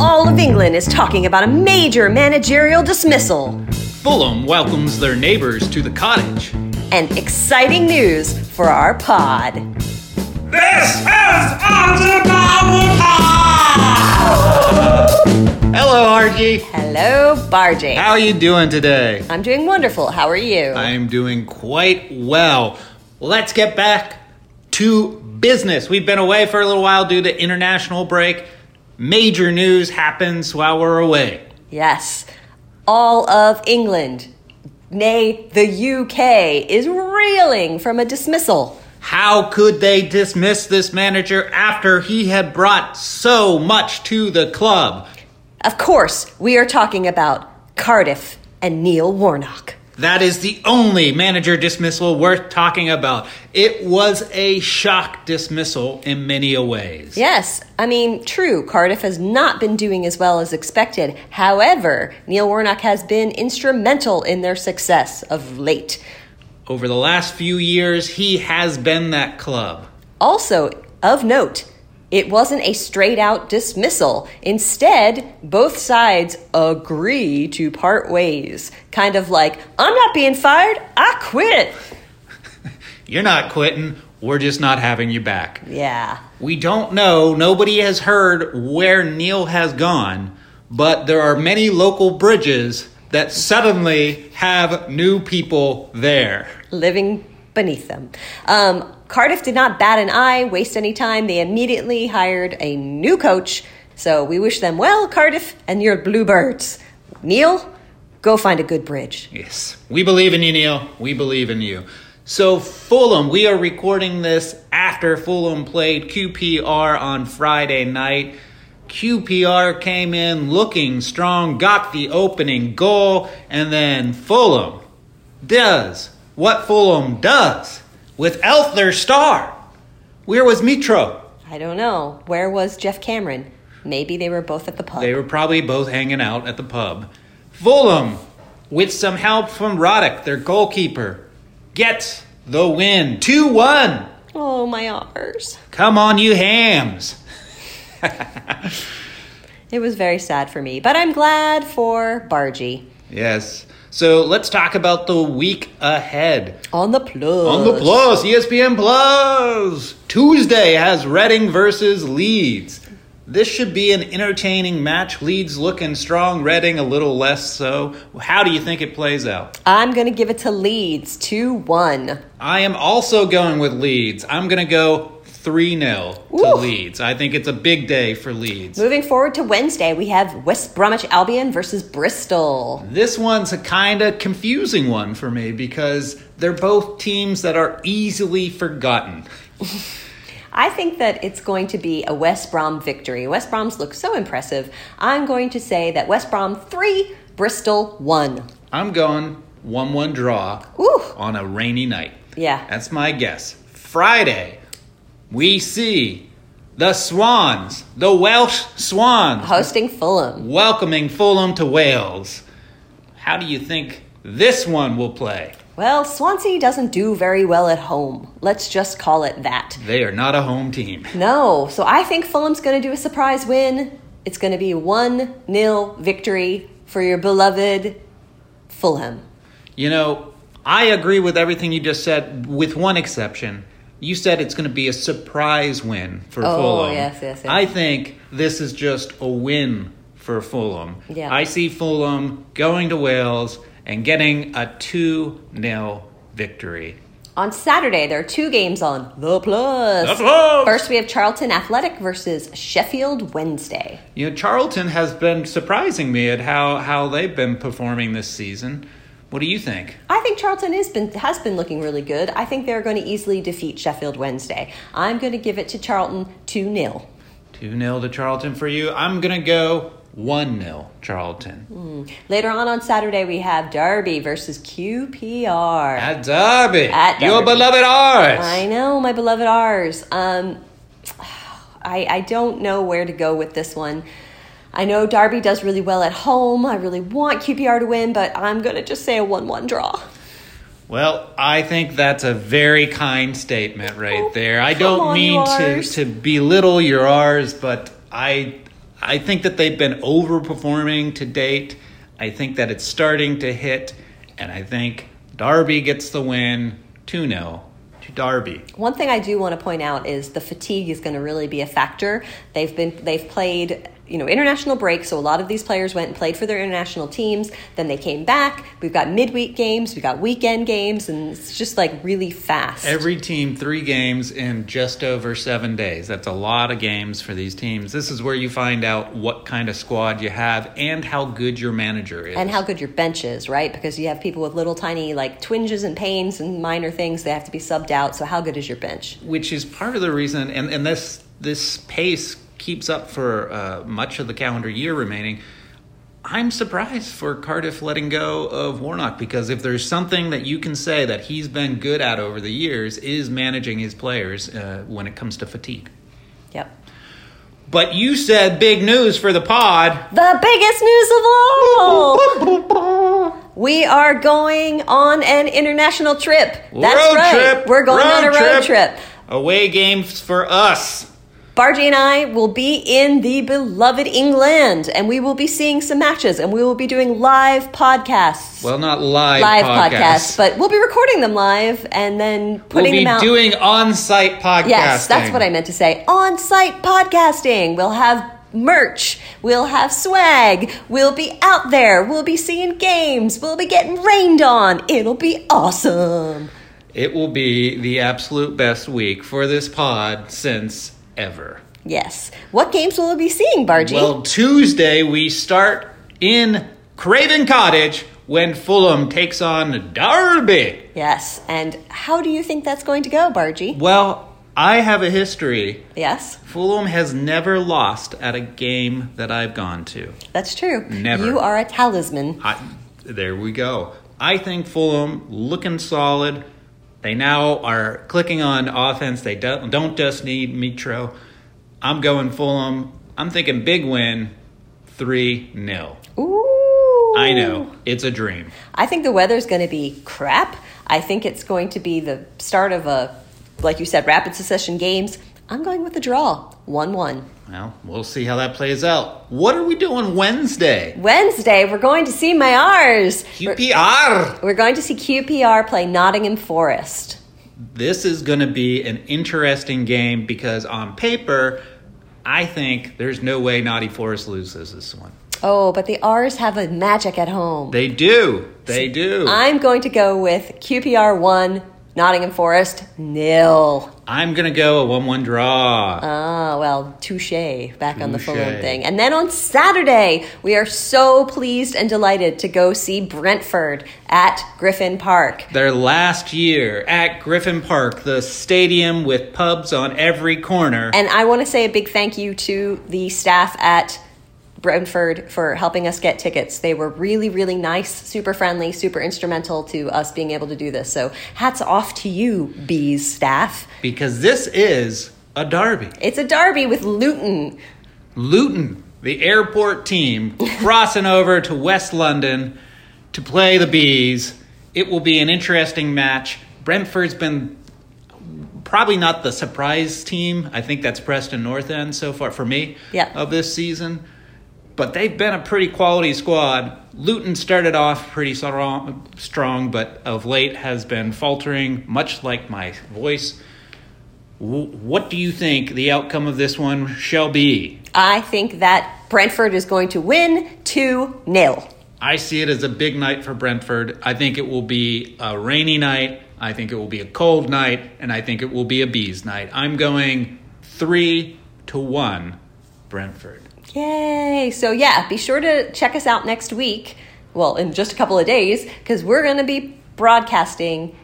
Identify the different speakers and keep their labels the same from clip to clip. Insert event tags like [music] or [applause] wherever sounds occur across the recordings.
Speaker 1: All of England is talking about a major managerial dismissal
Speaker 2: Fulham welcomes their neighbors to the cottage.
Speaker 1: and exciting news for our pod.
Speaker 3: This is Undecided
Speaker 2: Hello, Archie.
Speaker 1: Hello, Barjay.
Speaker 2: How you doing today?
Speaker 1: I'm doing wonderful. How are you?
Speaker 2: I'm doing quite well. Let's get back to business. We've been away for a little while due to international break. Major news happens while we're away.
Speaker 1: Yes. All of England, nay, the UK, is reeling from a dismissal.
Speaker 2: How could they dismiss this manager after he had brought so much to the club?
Speaker 1: Of course, we are talking about Cardiff and Neil Warnock.
Speaker 2: That is the only manager dismissal worth talking about. It was a shock dismissal in many a ways.
Speaker 1: Yes, I mean, true, Cardiff has not been doing as well as expected. However, Neil Warnock has been instrumental in their success of late.
Speaker 2: Over the last few years, he has been that club.
Speaker 1: Also, of note, it wasn't a straight out dismissal. Instead, both sides agree to part ways. Kind of like, I'm not being fired, I quit.
Speaker 2: You're not quitting, we're just not having you back.
Speaker 1: Yeah.
Speaker 2: We don't know, nobody has heard where Neil has gone, but there are many local bridges that suddenly have new people there.
Speaker 1: living beneath them. Um, Cardiff did not bat an eye, waste any time. They immediately hired a new coach. So we wish them well, Cardiff and your Bluebirds. Neil, go find a good bridge.
Speaker 2: Yes. We believe in you, Neil. We believe in you. So, Fulham, we are recording this after Fulham played QPR on Friday night. QPR came in looking strong, got the opening goal, and then Fulham does what Fulham does without their star. Where was Mitro?
Speaker 1: I don't know. Where was Jeff Cameron? Maybe they were both at the pub.
Speaker 2: They were probably both hanging out at the pub. Fulham, with some help from Roddick, their goalkeeper, gets the win. 2 1.
Speaker 1: oh, my R's.
Speaker 2: Come on, you hams.
Speaker 1: It was very sad for me, but I'm glad for Bargy.
Speaker 2: Yes. So let's talk about the week ahead.
Speaker 1: On the plus.
Speaker 2: On the Plus, E ESPN Plus. Tuesday has Reading versus Leeds. This should be an entertaining match. Leeds looking strong, Reading a little less so. How do you think it plays out?
Speaker 1: I'm going to give it to Leeds 2 1.
Speaker 2: I am also going with Leeds. I'm going to go 3 0
Speaker 1: Ooh.
Speaker 2: to Leeds. I think it's a big day for Leeds.
Speaker 1: Moving forward to Wednesday, we have West Bromwich Albion versus Bristol.
Speaker 2: This one's a kind of confusing one for me because they're both teams that are easily forgotten.
Speaker 1: I think that it's going to be a West Brom victory. West Brom's look so impressive. I'm going to say that West Brom 3, Bristol 1.
Speaker 2: I'm going 1 1 draw
Speaker 1: Ooh.
Speaker 2: on a rainy night.
Speaker 1: Yeah.
Speaker 2: That's my guess. Friday, we see the Swans, the Welsh Swans.
Speaker 1: Hosting Fulham.
Speaker 2: welcoming Fulham to Wales. How do you think this one will play?
Speaker 1: Well, Swansea doesn't do very well at home. Let's just call it that.
Speaker 2: They are not a home team.
Speaker 1: No, so I think Fulham's going to do a surprise win. It's going to be 1 0 victory for your beloved Fulham.
Speaker 2: You know, I agree with everything you just said, with one exception. You said it's going to be a surprise win for
Speaker 1: Oh,
Speaker 2: Fulham.
Speaker 1: yes, yes, yes.
Speaker 2: I think this is just a win for Fulham.
Speaker 1: Yeah.
Speaker 2: I see Fulham going to Wales and getting a 2 0 victory.
Speaker 1: On Saturday, there are two games on The Plus.
Speaker 2: The Plus!
Speaker 1: First, we have Charlton Athletic versus Sheffield Wednesday.
Speaker 2: You know, Charlton has been surprising me at how, how they've been performing this season. What do you think?
Speaker 1: I think Charlton has been has been looking really good. I think they're going to easily defeat Sheffield Wednesday. I'm going to give it to Charlton 2 0.
Speaker 2: 2 0 to Charlton for you. I'm going to go 1 0 Charlton.
Speaker 1: Later on on Saturday, we have Derby versus QPR.
Speaker 2: At Derby.
Speaker 1: At
Speaker 2: Your
Speaker 1: Derby.
Speaker 2: beloved Ars.
Speaker 1: I know, my beloved R's. Um, I, I don't know where to go with this one. I know Derby does really well at home. I really want QPR to win, but I'm going to just say a 1 1 draw.
Speaker 2: Well, I think that's a very kind statement right
Speaker 1: Oh,
Speaker 2: there. I
Speaker 1: come
Speaker 2: don't
Speaker 1: on, you
Speaker 2: mean to,
Speaker 1: Ars.
Speaker 2: to belittle your R's, but I I think that they've been overperforming to date. I think that it's starting to hit, and I think Darby gets the win 2 0 to Darby.
Speaker 1: One thing I do want to point out is the fatigue is going to really be a factor. They've been they've played you know international breaks, so a lot of these players went and played for their international teams. Then they came back. We've got midweek games, we've got weekend games, and it's just like really fast.
Speaker 2: Every team, three games in just over seven days. That's a lot of games for these teams. This is where you find out what kind of squad you have and how good your manager is.
Speaker 1: and how good your bench is, right? Because you have people with little tiny like twinges and pains and minor things they have to be subbed out. So how good is your bench?
Speaker 2: which is part of the reason and, and this this pace keeps up for uh, much of the calendar year remaining i'm surprised for cardiff letting go of warnock because if there's something that you can say that he's been good at over the years is managing his players uh, when it comes to fatigue
Speaker 1: Yep.
Speaker 2: but you said big news for the pod
Speaker 1: The biggest news of all.
Speaker 2: [laughs]
Speaker 1: We are going on an international trip. That's
Speaker 2: Road
Speaker 1: right.
Speaker 2: trip,
Speaker 1: We're going on a
Speaker 2: road
Speaker 1: road
Speaker 2: trip.
Speaker 1: trip.
Speaker 2: away games for us
Speaker 1: Bargy and I will be in the beloved England and we will be seeing some matches and we will be doing live podcasts.
Speaker 2: well not live
Speaker 1: live
Speaker 2: podcasts,
Speaker 1: podcasts, but we'll be recording them live and then
Speaker 2: we'll
Speaker 1: putting
Speaker 2: be
Speaker 1: them out.
Speaker 2: doing on-site podcasting
Speaker 1: Yes, that's what I meant to say. On site podcasting. We'll have merch. We'll have swag. We'll be out there. We'll be seeing games. We'll be getting rained on. It'll be awesome.
Speaker 2: It will be the absolute best week for this pod since ever.
Speaker 1: Yes. What games will we be seeing, Bargy?
Speaker 2: Well, Tuesday we start in Craven Cottage when Fulham takes on Derby.
Speaker 1: yes. And how do you think that's going to go, Bargy?
Speaker 2: Well, I have a history.
Speaker 1: Yes,
Speaker 2: Fulham has never lost at a game that I've gone to.
Speaker 1: that's true.
Speaker 2: Never.
Speaker 1: You are a talisman.
Speaker 2: I, there we go. I think Fulham looking solid. They now are clicking on offense. They don't, don't just need Mitro. I'm going Fulham. I'm thinking big win, 3 0.
Speaker 1: Ooh.
Speaker 2: I know. It's a dream.
Speaker 1: I think the weather's going to be crap. I think it's going to be the start of a, like you said, rapid succession games. I'm going with a draw, 1 1.
Speaker 2: Well, we'll see how that plays out. What are we doing Wednesday?
Speaker 1: Wednesday, we're going to see Mayars. We're,
Speaker 2: QPR!
Speaker 1: we're going to see QPR play Nottingham Forest.
Speaker 2: This is going to be an interesting game because on paper, I think there's no way Naughty Forest loses this one.
Speaker 1: Oh, but the R's have a magic at home.
Speaker 2: They do. They do.
Speaker 1: I'm going to go with QPR 1, Nottingham Forest nil.
Speaker 2: I'm gonna go a one-one draw.
Speaker 1: Ah, well, touche back on the
Speaker 2: Touche.
Speaker 1: Fulham thing. And then on Saturday, we are so pleased and delighted to go see Brentford at Griffin Park.
Speaker 2: Their last year at Griffin Park, the stadium with pubs on every corner.
Speaker 1: And I want to say a big thank you to the staff at Brentford for helping us get tickets. They were really, really nice, super friendly, super instrumental to us being able to do this. So hats off to you, Bees staff.
Speaker 2: because this is a derby.
Speaker 1: It's a derby with Luton.
Speaker 2: Luton, the airport team, crossing over to West London to play the Bees. It will be an interesting match. Brentford's been probably not the surprise team. I think that's Preston North End so far for me
Speaker 1: Yeah.
Speaker 2: of this season. But they've been a pretty quality squad. Luton started off pretty strong, strong, but of late has been faltering, much like my voice. W- What do you think the outcome of this one shall be?
Speaker 1: I think that Brentford is going to win 2 0.
Speaker 2: I see it as a big night for Brentford. I think it will be a rainy night. I think it will be a cold night, and I think it will be a bees night. I'm going three to one, Brentford.
Speaker 1: Yay! So, yeah, be sure to check us out next week. Well, in just a couple of days, because we're going to be broadcasting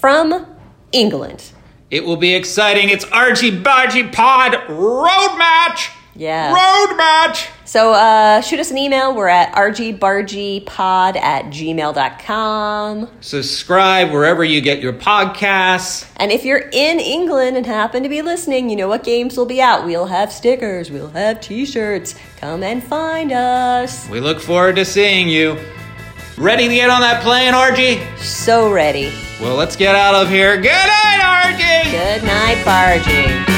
Speaker 1: from England.
Speaker 2: It will be exciting. It's Archie Bargy Pod Road Match.
Speaker 1: Yeah.
Speaker 2: Road Match.
Speaker 1: So, uh, shoot us an email. We're at rgbargypod at gmail.com.
Speaker 2: Subscribe wherever you get your podcasts.
Speaker 1: And if you're in England and happen to be listening, you know what games will be out. We'll have stickers, we'll have t shirts. Come and find us.
Speaker 2: We look forward to seeing you. Ready to get on that plane, Archie?
Speaker 1: So ready.
Speaker 2: Well, let's get out of here. Good night, Archie.
Speaker 1: Good night, Bargy.